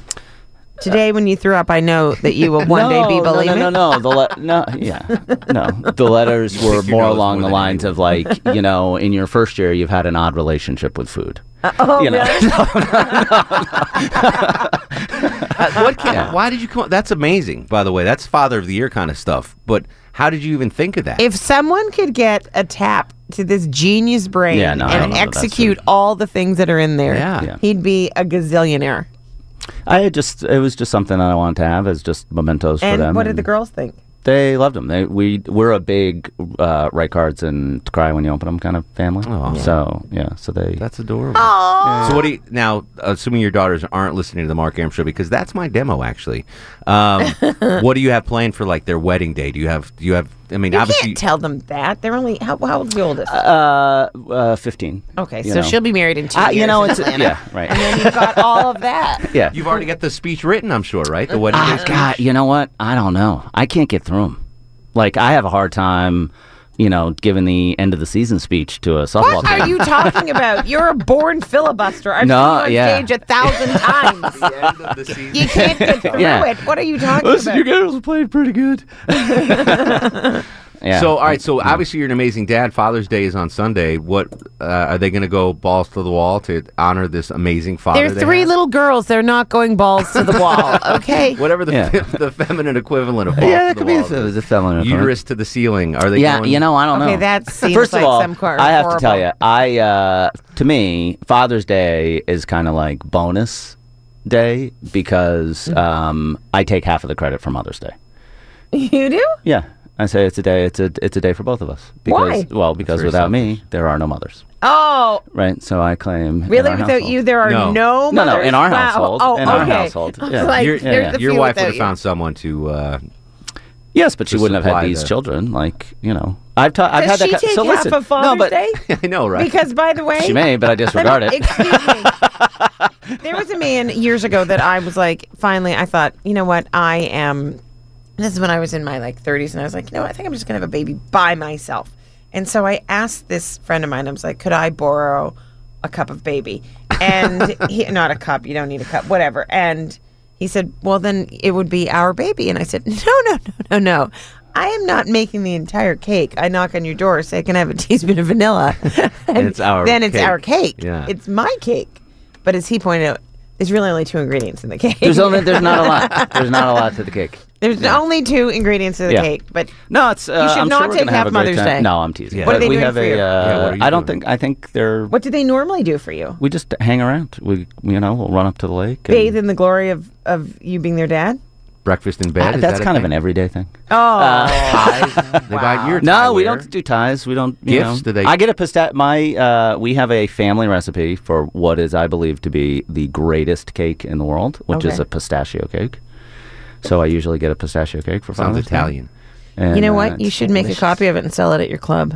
[SPEAKER 6] today, when you threw up, I know that you will one day be
[SPEAKER 7] No,
[SPEAKER 6] bulimic.
[SPEAKER 7] No, no, no, no. The le- no, yeah, no. The letters were more along the lines of like, you know, in your first year, you've had an odd relationship with food.
[SPEAKER 6] oh,
[SPEAKER 7] you know.
[SPEAKER 5] Uh, what can, Why did you come? up- That's amazing, by the way. That's father of the year kind of stuff. But how did you even think of that?
[SPEAKER 6] If someone could get a tap to this genius brain
[SPEAKER 5] Yeah, no, I don't
[SPEAKER 6] and
[SPEAKER 5] know that that's
[SPEAKER 6] execute all the things that are in there,
[SPEAKER 7] Yeah. Yeah.
[SPEAKER 6] he'd be a gazillionaire.
[SPEAKER 7] I had just, it was just something that I wanted to have as just mementos for
[SPEAKER 6] and
[SPEAKER 7] them.
[SPEAKER 6] what did
[SPEAKER 7] and
[SPEAKER 6] the girls think?
[SPEAKER 7] They loved them. They, we we're a big uh, write cards and cry when you open them kind of family.
[SPEAKER 5] Oh,
[SPEAKER 7] So yeah, so they.
[SPEAKER 5] That's adorable. So what do you now? Assuming your daughters aren't listening to the Mark Aram show because that's my demo actually. Um, what do you have planned for like their wedding day? Do you have? Do you have? I mean,
[SPEAKER 6] You
[SPEAKER 5] obviously,
[SPEAKER 6] can't tell them that. They're only how, how old's the oldest?
[SPEAKER 7] Uh, uh, fifteen.
[SPEAKER 6] okay,
[SPEAKER 7] you
[SPEAKER 6] so
[SPEAKER 7] know.
[SPEAKER 6] she'll be married in two
[SPEAKER 7] Uh,
[SPEAKER 6] years.
[SPEAKER 7] you know,
[SPEAKER 6] in
[SPEAKER 7] it's
[SPEAKER 6] Atlanta.
[SPEAKER 7] yeah, right.
[SPEAKER 6] You've got all of that.
[SPEAKER 7] yeah.
[SPEAKER 5] You've already got the speech written, I'm sure, right? The wedding.
[SPEAKER 7] Ah,
[SPEAKER 5] day
[SPEAKER 7] God, you know what? I don't know. I can't get through them. Like I have a hard time, you know, giving the end of the season speech to a softball
[SPEAKER 6] What
[SPEAKER 7] team.
[SPEAKER 6] are you talking about? You're a born filibuster. I've
[SPEAKER 7] No,
[SPEAKER 6] seen you on
[SPEAKER 7] yeah.
[SPEAKER 6] stage a thousand times. you can't get through
[SPEAKER 7] Yeah.
[SPEAKER 6] it. What are you talking
[SPEAKER 7] Listen,
[SPEAKER 6] about?
[SPEAKER 7] you girls played pretty good. Yeah.
[SPEAKER 5] So all right. So obviously, you're an amazing dad. Father's Day is on Sunday. What uh, are they going to go balls to the wall to honor this amazing father?
[SPEAKER 6] They're
[SPEAKER 5] they
[SPEAKER 6] three
[SPEAKER 5] have?
[SPEAKER 6] little girls. They're not going balls to the wall. Okay.
[SPEAKER 5] Whatever the
[SPEAKER 7] Yeah.
[SPEAKER 5] fe- the feminine equivalent of balls
[SPEAKER 7] yeah,
[SPEAKER 5] to
[SPEAKER 7] that
[SPEAKER 5] the
[SPEAKER 7] could be
[SPEAKER 5] wall.
[SPEAKER 7] a, it's a feminine.
[SPEAKER 5] uterus to the ceiling. Are they?
[SPEAKER 7] Yeah,
[SPEAKER 5] going-
[SPEAKER 7] you know, I don't
[SPEAKER 6] Okay,
[SPEAKER 7] know.
[SPEAKER 6] that seems
[SPEAKER 7] First of
[SPEAKER 6] like
[SPEAKER 7] all,
[SPEAKER 6] some kind of
[SPEAKER 7] I have to tell you,
[SPEAKER 6] horrible-
[SPEAKER 7] I uh, to me, Father's Day is kind of like bonus day because
[SPEAKER 6] Mm-hmm.
[SPEAKER 7] um, I take half of the credit for Mother's Day.
[SPEAKER 6] You do?
[SPEAKER 7] Yeah, I say it's a day. It's a it's a day for both of us. Because,
[SPEAKER 6] Why?
[SPEAKER 7] Well, because
[SPEAKER 5] very
[SPEAKER 7] without me, there are no mothers.
[SPEAKER 6] Oh,
[SPEAKER 7] Right. So I claim. in
[SPEAKER 6] really?
[SPEAKER 7] our
[SPEAKER 6] Without
[SPEAKER 7] household-
[SPEAKER 6] you, there are no,
[SPEAKER 7] No,
[SPEAKER 6] mothers?
[SPEAKER 7] no, in our
[SPEAKER 6] Wow.
[SPEAKER 7] household.
[SPEAKER 6] Oh,
[SPEAKER 7] in
[SPEAKER 6] okay.
[SPEAKER 7] our household.
[SPEAKER 6] I was
[SPEAKER 7] Yeah.
[SPEAKER 6] like,
[SPEAKER 7] Your-
[SPEAKER 6] there's
[SPEAKER 7] yeah, yeah.
[SPEAKER 6] a
[SPEAKER 5] Your
[SPEAKER 6] few
[SPEAKER 5] wife would
[SPEAKER 6] without
[SPEAKER 5] have
[SPEAKER 6] you.
[SPEAKER 5] found someone to. Uh,
[SPEAKER 7] Yes, but she
[SPEAKER 5] to
[SPEAKER 7] wouldn't have had
[SPEAKER 5] supply
[SPEAKER 7] these
[SPEAKER 5] the-
[SPEAKER 7] children. Like you know, I've ta- I've
[SPEAKER 6] Does
[SPEAKER 7] had
[SPEAKER 6] she
[SPEAKER 7] that. co-
[SPEAKER 6] take
[SPEAKER 7] so
[SPEAKER 6] half
[SPEAKER 7] listen,
[SPEAKER 6] of Father's
[SPEAKER 7] no, but
[SPEAKER 6] Day?
[SPEAKER 5] I know, right?
[SPEAKER 6] Because, by the way,
[SPEAKER 7] she may, but I disregard it.
[SPEAKER 6] Excuse me. there was a man years ago that I was like, finally, I thought, you know what? I am. This is when I was in my like 30s, and I was like, you know what? I think I'm just gonna have a baby by myself. And so I asked this friend of mine. I was like, could I borrow a cup of baby? And he, not a cup. You don't need a cup. Whatever. And he said, well, then it would be our baby. And I said, no, no, no, no, no. I am not making the entire cake. I knock on your door, say, "Can I have a teaspoon of vanilla?" and
[SPEAKER 5] it's our
[SPEAKER 6] then it's
[SPEAKER 5] cake.
[SPEAKER 6] our cake.
[SPEAKER 5] Yeah.
[SPEAKER 6] It's my cake. But as he pointed out, there's really only two ingredients in the cake.
[SPEAKER 7] There's only there's not a lot. There's not a lot to the cake.
[SPEAKER 6] There's only two ingredients in the
[SPEAKER 7] Yeah.
[SPEAKER 6] cake, but
[SPEAKER 7] No, it's. Uh,
[SPEAKER 6] You should
[SPEAKER 7] I'm
[SPEAKER 6] not
[SPEAKER 7] sure we're
[SPEAKER 6] take
[SPEAKER 7] gonna have
[SPEAKER 6] half
[SPEAKER 7] a great
[SPEAKER 6] Mother's
[SPEAKER 7] time.
[SPEAKER 6] Day.
[SPEAKER 7] No, I'm teasing.
[SPEAKER 5] Yeah.
[SPEAKER 6] What are
[SPEAKER 7] But
[SPEAKER 6] they
[SPEAKER 7] we
[SPEAKER 6] doing
[SPEAKER 7] have
[SPEAKER 6] for
[SPEAKER 7] a.
[SPEAKER 6] you?
[SPEAKER 5] Yeah, what
[SPEAKER 7] Uh,
[SPEAKER 5] are you
[SPEAKER 7] I don't
[SPEAKER 5] doing?
[SPEAKER 7] think. I think they're.
[SPEAKER 6] what do they normally do for you?
[SPEAKER 7] We just hang around. We you know we'll run up to the lake. and-
[SPEAKER 6] Bathe in the glory of, of you being their dad?
[SPEAKER 5] breakfast in
[SPEAKER 7] Ah,
[SPEAKER 5] bed. is
[SPEAKER 7] that's
[SPEAKER 5] that a
[SPEAKER 7] kind of
[SPEAKER 5] thing?
[SPEAKER 7] an everyday thing.
[SPEAKER 6] Oh.
[SPEAKER 5] They buy your
[SPEAKER 7] No, we
[SPEAKER 5] tie
[SPEAKER 7] don't do ties. We don't you
[SPEAKER 5] Gifts?
[SPEAKER 7] know.
[SPEAKER 5] Do they-
[SPEAKER 7] I get a pistach. My uh, we have a family recipe for what is, I believe, to be the greatest cake in the world, which is
[SPEAKER 6] Okay.
[SPEAKER 7] a pistachio cake. So I usually get a pistachio cake for
[SPEAKER 5] Sounds
[SPEAKER 7] Father's Day.
[SPEAKER 5] Italian.
[SPEAKER 7] And,
[SPEAKER 6] you know
[SPEAKER 7] uh,
[SPEAKER 6] what? You
[SPEAKER 7] it's
[SPEAKER 6] should make a copy of it and sell it at your club.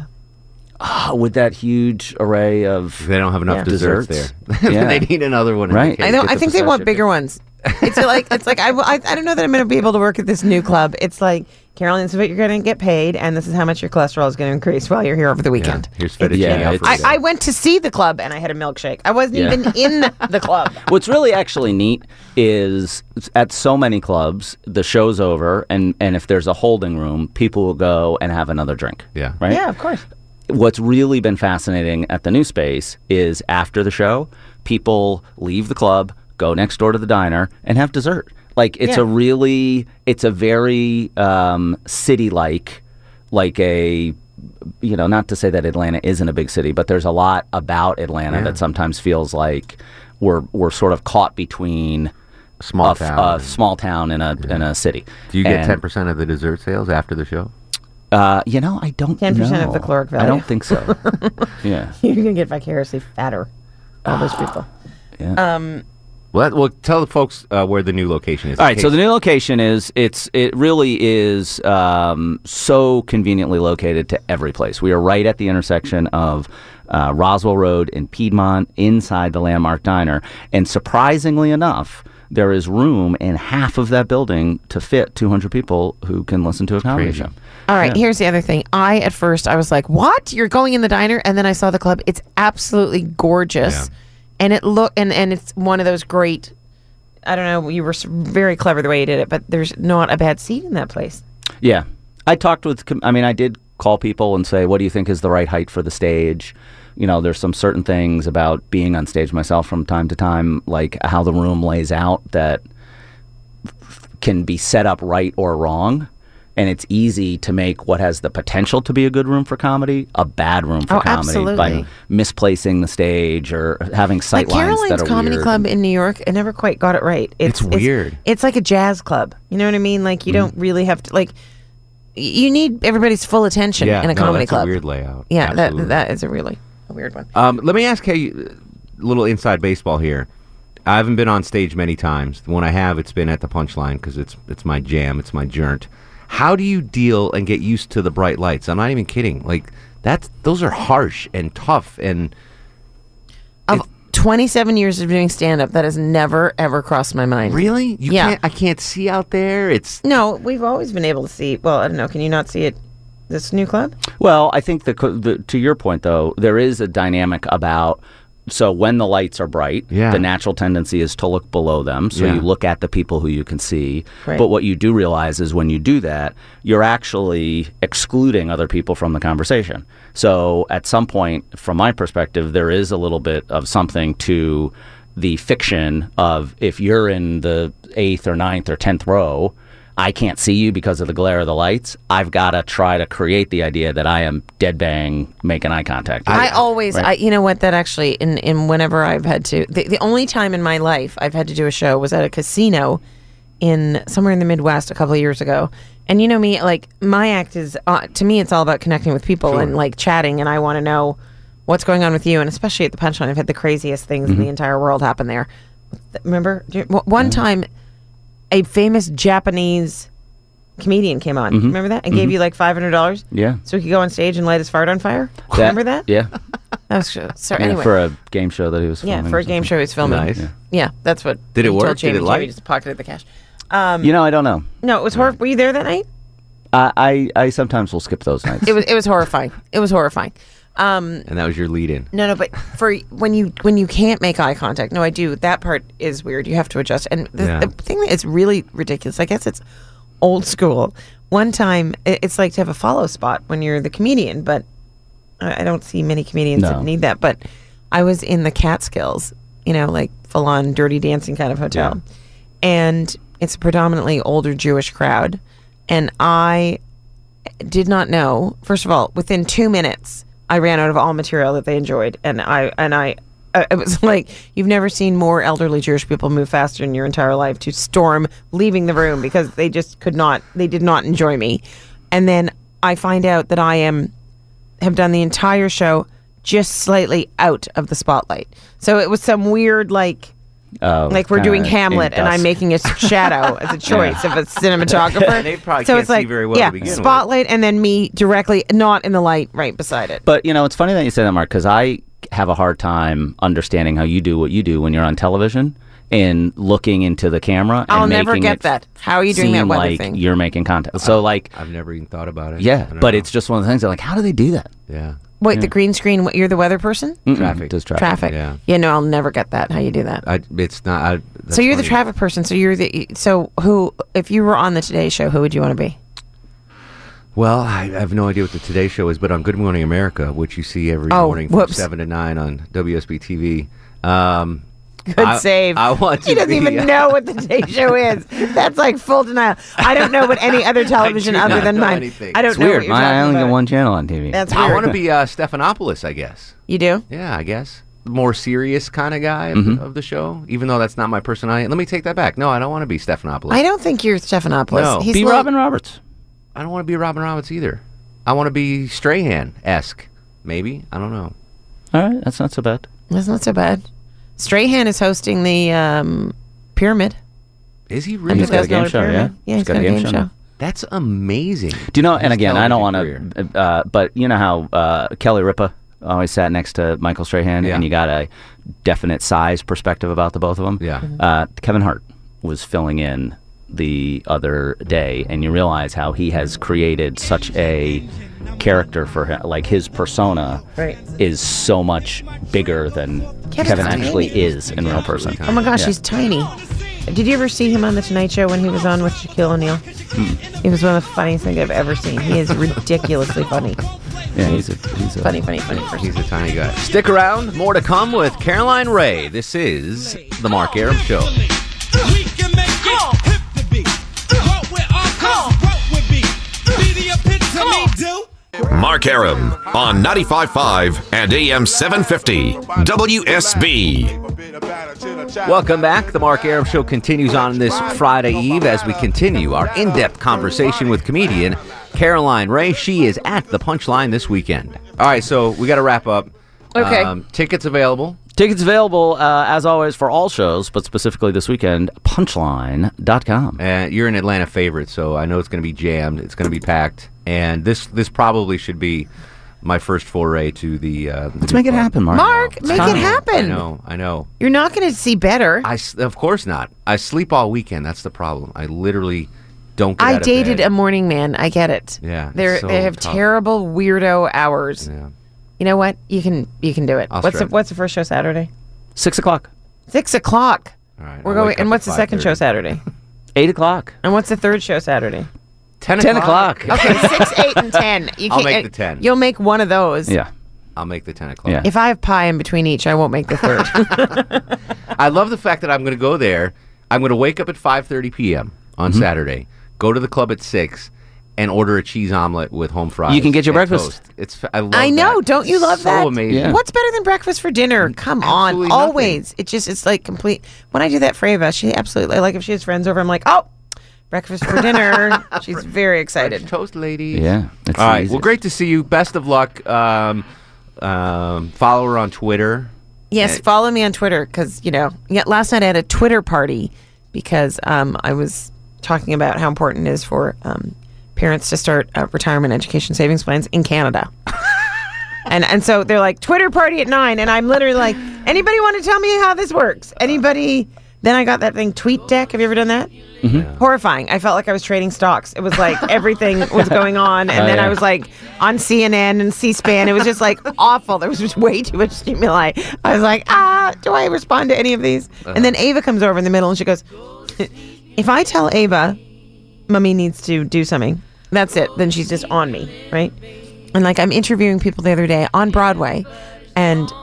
[SPEAKER 7] ah, with that huge array of
[SPEAKER 5] They don't have enough
[SPEAKER 6] Yeah.
[SPEAKER 5] desserts,
[SPEAKER 7] Desserts.
[SPEAKER 5] there.
[SPEAKER 7] Yeah.
[SPEAKER 5] they need another one. in the
[SPEAKER 7] Right.
[SPEAKER 5] cake.
[SPEAKER 6] I know.
[SPEAKER 7] get
[SPEAKER 6] I
[SPEAKER 7] the
[SPEAKER 6] think they want
[SPEAKER 7] pistachio
[SPEAKER 6] bigger ones.
[SPEAKER 7] cake.
[SPEAKER 6] It's like it's like I, I, I don't know that I'm going to be able to work at this new club. It's like Carolyn, this is what you're going to get paid, and this is how much your cholesterol is going to increase while you're here over the weekend.
[SPEAKER 5] Here's fettuccine
[SPEAKER 7] Yeah,
[SPEAKER 5] Alfredo.
[SPEAKER 7] it's-
[SPEAKER 6] I, I went to see the club and I had a milkshake. I wasn't
[SPEAKER 7] Yeah.
[SPEAKER 6] even in the club.
[SPEAKER 7] What's really actually neat is at so many clubs, the show's over, and, and if there's a holding room, people will go and have another drink.
[SPEAKER 5] Yeah.
[SPEAKER 7] Right?
[SPEAKER 6] Yeah, of course.
[SPEAKER 7] What's really been fascinating at the new space is after the show, people leave the club, go next door to the diner, and have dessert. Like it's
[SPEAKER 6] Yeah.
[SPEAKER 7] a really, it's a very um, city-like, like a, you know, not to say that Atlanta isn't a big city, but there's a lot about Atlanta that sometimes feels like we're we're sort of caught between
[SPEAKER 5] Small
[SPEAKER 7] a, f-
[SPEAKER 5] town.
[SPEAKER 7] a small town and a and a city.
[SPEAKER 5] Do you get
[SPEAKER 7] And-
[SPEAKER 5] ten percent of the dessert sales after the show?
[SPEAKER 7] Uh, you know, I don't.
[SPEAKER 6] 10% of
[SPEAKER 7] know.
[SPEAKER 6] the caloric
[SPEAKER 7] I
[SPEAKER 6] value.
[SPEAKER 7] don't think so. yeah.
[SPEAKER 6] You're going to get vicariously fatter. All those
[SPEAKER 5] Ah.
[SPEAKER 6] people.
[SPEAKER 5] Well, that, well, tell the folks uh, where the new location is.
[SPEAKER 7] All right, so the new location is it's it really is um, so conveniently located to every place. We are right at the intersection of uh, Roswell Road and Piedmont, inside the Landmark Diner, and surprisingly enough, there is room in half of that building to fit 200 people who can listen to a comedy
[SPEAKER 5] crazy.
[SPEAKER 7] show.
[SPEAKER 6] All right, here's the other thing. I at first I was like, "What? You're going in the diner?" And then I saw the club. It's absolutely gorgeous. And it look and and it's one of those great I don't know, you were s- very clever the way you did it, but there's not a bad seat in that place.
[SPEAKER 7] Yeah. I talked with, com- I mean, I did call people and say, what do you think is the right height for the stage? You know, there's some certain things about being on stage myself from time to time, like how the room lays out that f- can be set up right or wrong. And it's easy to make what has the potential to be a good room for comedy a bad room for
[SPEAKER 6] Oh,
[SPEAKER 7] comedy
[SPEAKER 6] absolutely.
[SPEAKER 7] by misplacing the stage or having
[SPEAKER 6] Like
[SPEAKER 7] sight lines that
[SPEAKER 6] Caroline's
[SPEAKER 7] are
[SPEAKER 6] Comedy
[SPEAKER 7] weird.
[SPEAKER 6] Club in New York, I never quite got it right.
[SPEAKER 5] It's weird. Mm-hmm.
[SPEAKER 6] It's, like a jazz club. You know what I mean? Like you don't really have to like y- you need everybody's full attention
[SPEAKER 5] yeah,
[SPEAKER 6] in a
[SPEAKER 5] no,
[SPEAKER 6] comedy
[SPEAKER 5] that's
[SPEAKER 6] club.
[SPEAKER 5] A weird layout.
[SPEAKER 6] yeah, that,
[SPEAKER 5] Absolutely.
[SPEAKER 6] that is a really a weird one.
[SPEAKER 5] Um, let me ask you a little inside baseball here. I haven't been on stage many times. When I have, it's been at the punchline because it's it's my jam, it's my jaunt. How do you deal and get used to the bright lights? I'm not even kidding. Like that's those are harsh and tough and
[SPEAKER 6] of 27 years of doing stand up that has never ever crossed my mind.
[SPEAKER 5] really you
[SPEAKER 6] Yeah.
[SPEAKER 5] can't I can't see out there. It's
[SPEAKER 6] No, we've always been able to see. Well, I don't know. Can you not see it? This new club?
[SPEAKER 7] Well, I think the, co- the to your point though, there is a dynamic about so when the lights are bright,
[SPEAKER 5] Yeah.
[SPEAKER 7] the natural tendency is to look below them. So
[SPEAKER 5] Yeah.
[SPEAKER 7] you look at the people who you can see.
[SPEAKER 6] Right.
[SPEAKER 7] But what you do realize is when you do that, you're actually excluding other people from the conversation. So at some point, from my perspective, there is a little bit of something to the fiction of if you're in the eighth or ninth or tenth row, I can't see you because of the glare of the lights. I've got to try to create the idea that I am dead bang making eye contact. with
[SPEAKER 6] I,
[SPEAKER 7] you.
[SPEAKER 6] always, I, you know what? That actually, in, in whenever I've had to, the, the only time in my life I've had to do a show was at a casino in somewhere in the Midwest a couple of years ago. And you know me, like my act is uh, to me, it's all about connecting with people and like chatting, and I want to know what's going on with you. And especially at the punchline, I've had the craziest things in the entire world happen there. Remember, Do you- w- one time, a famous Japanese comedian came on. Remember that? And gave you like five hundred dollars.
[SPEAKER 7] Yeah.
[SPEAKER 6] So he could go on stage and light his fart on fire. Remember that?
[SPEAKER 7] Yeah.
[SPEAKER 6] That was true. So
[SPEAKER 7] Yeah,
[SPEAKER 6] anyway,
[SPEAKER 7] For a game show that he was
[SPEAKER 6] yeah,
[SPEAKER 7] filming
[SPEAKER 6] for
[SPEAKER 7] or
[SPEAKER 6] a game
[SPEAKER 7] something.
[SPEAKER 6] show he was filming.
[SPEAKER 5] Nice.
[SPEAKER 6] Yeah, that's what.
[SPEAKER 5] Did it
[SPEAKER 6] he told
[SPEAKER 5] work? Did
[SPEAKER 6] Jamie,
[SPEAKER 5] it light?
[SPEAKER 6] Jamie just pocketed the cash.
[SPEAKER 7] You know, I don't know.
[SPEAKER 6] No, it was horrible. Were you there that night?
[SPEAKER 7] I, I, I sometimes will skip those nights.
[SPEAKER 6] It was. It was horrifying. It was horrifying. Um,
[SPEAKER 5] and that was your lead in.
[SPEAKER 6] No, no, but for when you when you can't make eye contact, no, I do. That part is weird. You have to adjust. And the,
[SPEAKER 5] Yeah.
[SPEAKER 6] the thing that is really ridiculous, I guess it's old school. One time, i- it's like to have a follow spot when you're the comedian, but I I don't see many comedians
[SPEAKER 7] No.
[SPEAKER 6] that need that. But I was in the Catskills, you know, like full on dirty dancing kind of hotel, and it's a predominantly older Jewish crowd, and I did not know. First of all, within two minutes, I ran out of all material that they enjoyed, and I and I, uh, it was like you've never seen more elderly Jewish people move faster in your entire life to storm leaving the room because they just could not. They did not enjoy me, and then I find out that I am have done the entire show just slightly out of the spotlight. So it was some weird like
[SPEAKER 7] Oh,
[SPEAKER 6] like we're doing
[SPEAKER 5] Uh,
[SPEAKER 7] kinda
[SPEAKER 6] Hamlet,
[SPEAKER 7] in
[SPEAKER 6] and I'm
[SPEAKER 7] dusk.
[SPEAKER 6] making a shadow as a choice of a cinematographer.
[SPEAKER 5] They probably
[SPEAKER 6] so
[SPEAKER 5] can't
[SPEAKER 6] it's like,
[SPEAKER 5] see very well to
[SPEAKER 6] yeah,
[SPEAKER 5] begin with.
[SPEAKER 6] spotlight, and then me directly, not in the light, right beside it.
[SPEAKER 7] But you know, it's funny that you say that, Mark, because I have a hard time understanding how you do what you do when you're on television. in looking into the camera.
[SPEAKER 6] I'll
[SPEAKER 7] and
[SPEAKER 6] never
[SPEAKER 7] making
[SPEAKER 6] get
[SPEAKER 7] it
[SPEAKER 6] that. How are you doing that
[SPEAKER 7] seem
[SPEAKER 6] weather
[SPEAKER 7] like
[SPEAKER 6] thing?
[SPEAKER 7] You're making content. So like,
[SPEAKER 5] I've never even thought about it.
[SPEAKER 7] yeah, but it's just one of the things. That, like, how do they do that?
[SPEAKER 5] Yeah, Mm.
[SPEAKER 6] Wait, the green screen. What, you're the weather person.
[SPEAKER 7] traffic does traffic.
[SPEAKER 6] Traffic.
[SPEAKER 5] Yeah.
[SPEAKER 6] Yeah. No, I'll never get that. How you do that?
[SPEAKER 5] I, it's not. I, that's
[SPEAKER 6] so you're the
[SPEAKER 5] funny.
[SPEAKER 6] traffic person. So you're the. So who? If you were on the Today Show, who would you want to be?
[SPEAKER 5] Well, I I have no idea what the Today Show is, but on Good Morning America, which you see every
[SPEAKER 6] Oh,
[SPEAKER 5] morning from
[SPEAKER 6] whoops.
[SPEAKER 5] seven to nine on WSB TV. Um,
[SPEAKER 6] Good
[SPEAKER 5] I-
[SPEAKER 6] save.
[SPEAKER 5] I want to.
[SPEAKER 6] He doesn't
[SPEAKER 5] be- uh,
[SPEAKER 6] even know what the Today Show is. That's like full denial. I don't know what any other television
[SPEAKER 5] do
[SPEAKER 6] other
[SPEAKER 5] not
[SPEAKER 6] than
[SPEAKER 5] know
[SPEAKER 6] mine.
[SPEAKER 5] anything.
[SPEAKER 6] I don't
[SPEAKER 7] It's
[SPEAKER 6] know.
[SPEAKER 7] weird.
[SPEAKER 6] What you're
[SPEAKER 7] My, I
[SPEAKER 6] talking
[SPEAKER 7] only
[SPEAKER 6] about.
[SPEAKER 7] got one channel on TV.
[SPEAKER 6] That's
[SPEAKER 5] I
[SPEAKER 6] weird.
[SPEAKER 5] want to be uh, Stephanopoulos, I guess.
[SPEAKER 6] You do?
[SPEAKER 5] Yeah, I guess more serious kind of guy of,
[SPEAKER 7] Mm-hmm.
[SPEAKER 5] of the show. Even though that's not my personality. Let me take that back. No, I don't want to be Stephanopoulos.
[SPEAKER 6] I
[SPEAKER 5] I,
[SPEAKER 6] don't think you're Stephanopoulos.
[SPEAKER 5] No.
[SPEAKER 6] He's
[SPEAKER 7] be
[SPEAKER 6] little-
[SPEAKER 7] Robin Roberts.
[SPEAKER 5] don't want to be Robin Roberts either. I want to be Strahan esque, maybe. I don't know.
[SPEAKER 7] All right, that's not so bad.
[SPEAKER 6] That's not so bad. Strahan is hosting the um, pyramid.
[SPEAKER 5] Is he really?
[SPEAKER 7] He's got a game
[SPEAKER 6] $100,000
[SPEAKER 7] show, yeah?
[SPEAKER 6] pyramid. Yeah, he's got, a game, show.
[SPEAKER 5] That's amazing.
[SPEAKER 7] Do you know? And
[SPEAKER 5] His
[SPEAKER 7] again, I don't want
[SPEAKER 5] television
[SPEAKER 7] to, uh, but you know how uh, Kelly Ripa always sat next to Michael Strahan,
[SPEAKER 5] Yeah.
[SPEAKER 7] and you got a definite size perspective about the both of them.
[SPEAKER 5] Yeah.
[SPEAKER 6] Mm-hmm.
[SPEAKER 7] Uh, Kevin Hart was filling in the other day, and you realize how he has created such a character for him. Like his persona
[SPEAKER 6] Right.
[SPEAKER 7] is so much bigger than
[SPEAKER 6] Kevin's
[SPEAKER 7] Kevin
[SPEAKER 6] tiny.
[SPEAKER 7] actually is in real person.
[SPEAKER 6] Oh my gosh, he's tiny. Did you ever see him on the Tonight Show when he was on with Shaquille O'Neal? He was one of the funniest things I've ever seen. He is ridiculously funny.
[SPEAKER 7] Yeah, he's a, he's a
[SPEAKER 6] Funny, funny, funny person.
[SPEAKER 5] He's a tiny guy. Stick around. More to come with Caroline Ray. This is The Mark Aram Show.
[SPEAKER 11] We can make it hip to be. What we're all called, what we be. Be the epitome, do.
[SPEAKER 2] Mark Aram on 95.5 and AM 750. WSB.
[SPEAKER 5] Welcome back. The Mark Aram Show continues on this Friday Eve as we continue our in depth conversation with comedian Caroline Ray. She is at the punchline this weekend. All right, so we got to wrap up. Um,
[SPEAKER 6] Okay.
[SPEAKER 5] tickets available.
[SPEAKER 7] Tickets available, uh, as always, for all shows, but specifically this weekend, punchline.com.
[SPEAKER 5] Uh, you're an Atlanta favorite, so I know it's going to be jammed. It's going to be packed, and this this probably should be my first foray to the. Uh, the
[SPEAKER 7] Let's make it happen, Mark.
[SPEAKER 6] Mark, make it
[SPEAKER 5] I
[SPEAKER 6] happen.
[SPEAKER 5] know, I know.
[SPEAKER 6] You're not going to see better.
[SPEAKER 5] I s- of course not. I sleep all weekend. That's the problem. I literally don't. Get
[SPEAKER 6] I
[SPEAKER 5] out of
[SPEAKER 6] dated
[SPEAKER 5] bed.
[SPEAKER 6] a morning man. I get it.
[SPEAKER 5] Yeah, it's
[SPEAKER 6] They're,
[SPEAKER 5] so
[SPEAKER 6] they have
[SPEAKER 5] tough.
[SPEAKER 6] terrible weirdo hours.
[SPEAKER 5] Yeah.
[SPEAKER 6] You know what? You can you can do it.
[SPEAKER 5] I'll
[SPEAKER 6] what's the,
[SPEAKER 5] stretch.
[SPEAKER 6] what's the first show Saturday?
[SPEAKER 7] Six o'clock,
[SPEAKER 6] Six o'clock.
[SPEAKER 5] All right,
[SPEAKER 6] We're
[SPEAKER 5] I'll
[SPEAKER 6] going.
[SPEAKER 5] wake up
[SPEAKER 6] And
[SPEAKER 5] at
[SPEAKER 6] what's the second show
[SPEAKER 5] 5:30.
[SPEAKER 6] Saturday?
[SPEAKER 7] eight o'clock,
[SPEAKER 6] And what's the third show Saturday?
[SPEAKER 5] Ten,
[SPEAKER 7] ten o'clock.
[SPEAKER 6] Okay, six, eight, and ten. You
[SPEAKER 5] I'll
[SPEAKER 6] can't- eh,
[SPEAKER 5] make the 10.
[SPEAKER 6] You'll make one of those.
[SPEAKER 7] Yeah.
[SPEAKER 5] I'll make the ten o'clock.
[SPEAKER 7] Yeah.
[SPEAKER 6] If I have pie in between each, I won't make the third.
[SPEAKER 5] I love the fact that I'm going to go there. I'm going to wake up at 5:30 p.m. on
[SPEAKER 6] Mm-hmm.
[SPEAKER 5] Saturday, go to the club at six, and order a cheese omelet with home fries.
[SPEAKER 7] You can get your
[SPEAKER 5] and
[SPEAKER 7] breakfast.
[SPEAKER 5] toast. It's fa- I love.
[SPEAKER 6] I know.
[SPEAKER 5] that.
[SPEAKER 6] Don't you
[SPEAKER 5] It's
[SPEAKER 6] love
[SPEAKER 5] so
[SPEAKER 6] that?
[SPEAKER 5] amazing.
[SPEAKER 7] Yeah.
[SPEAKER 6] What's better than breakfast for dinner? Come
[SPEAKER 5] Absolutely
[SPEAKER 6] on,
[SPEAKER 5] nothing.
[SPEAKER 6] always. It just it's like complete. When I do that for Ava, she absolutely like if she has friends over, I'm like, oh, breakfast for dinner. She's very excited.
[SPEAKER 5] Toast, ladies.
[SPEAKER 7] Yeah. It's
[SPEAKER 5] All
[SPEAKER 7] the
[SPEAKER 5] right. Well,
[SPEAKER 7] easiest.
[SPEAKER 5] great to see you. Best of luck. Um, um, follow her on Twitter.
[SPEAKER 6] Yes, follow me on Twitter because you know. Yeah, last night I had a Twitter party because um, I was talking about how important it is for um, parents to start uh, retirement education savings plans in Canada. And, and so they're like Twitter party at nine, and I'm literally like, anybody want to tell me how this works? Anybody? Then I got that thing Tweet Deck. Have you ever done that?
[SPEAKER 7] Mm-hmm.
[SPEAKER 6] Horrifying. I felt like I was trading stocks. It was like everything was going on, and
[SPEAKER 7] Oh,
[SPEAKER 6] then I
[SPEAKER 7] yeah.
[SPEAKER 6] was like on CNN and C-SPAN. It was just like awful. There was just way too much stimuli. I was like, ah, do I respond to any of these? And
[SPEAKER 7] Uh-huh.
[SPEAKER 6] then Ava comes over in the middle, and she goes, if I tell Ava, Mummy needs to do something, that's it. Then she's just on me, right? And like I'm interviewing people the other day on Broadway, and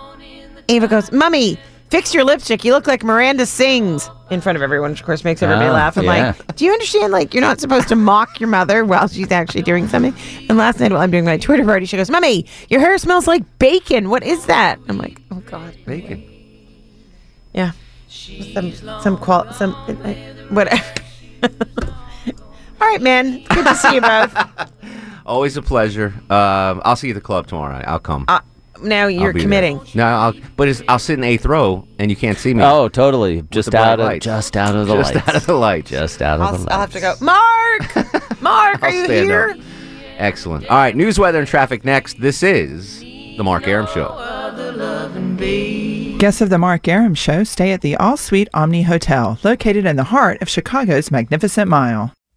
[SPEAKER 6] Ava goes, Mummy, fix your lipstick. You look like Miranda Sings in front of everyone, which of course makes everybody
[SPEAKER 7] Ah,
[SPEAKER 6] laugh. I'm
[SPEAKER 7] yeah.
[SPEAKER 6] like, Do you understand? Like, you're not supposed to mock your mother while she's actually doing something. And last night while I'm doing my Twitter party, she goes, Mummy, your hair smells like bacon. What is that? I'm like, Oh God.
[SPEAKER 5] Bacon.
[SPEAKER 6] Yeah. Some, some, qual, some, uh, whatever. All right, man. Good to see you both.
[SPEAKER 5] Always a pleasure. Um, I'll see you at the club tomorrow. I'll come.
[SPEAKER 6] Uh, now
[SPEAKER 5] I'll
[SPEAKER 6] you're
[SPEAKER 5] be there.
[SPEAKER 6] committing.
[SPEAKER 5] No, I'll, but it's, I'll sit in eighth row and you can't see me.
[SPEAKER 7] Oh, totally. Just
[SPEAKER 5] the bright
[SPEAKER 7] out, of,
[SPEAKER 5] lights.
[SPEAKER 7] just out of the
[SPEAKER 5] just
[SPEAKER 7] lights.
[SPEAKER 5] out of the light.
[SPEAKER 7] just out of the
[SPEAKER 6] I'll,
[SPEAKER 7] lights.
[SPEAKER 6] I'll have to go. Mark, Mark, are
[SPEAKER 5] I'll
[SPEAKER 6] you
[SPEAKER 5] stand
[SPEAKER 6] here?
[SPEAKER 5] up. Excellent. All right, news, weather, and traffic next. This is the Mark Aram Show.
[SPEAKER 11] Loving bee.
[SPEAKER 12] Guests of the Mark Aram Show stay at the All Suite Omni Hotel, located in the heart of Chicago's Magnificent Mile.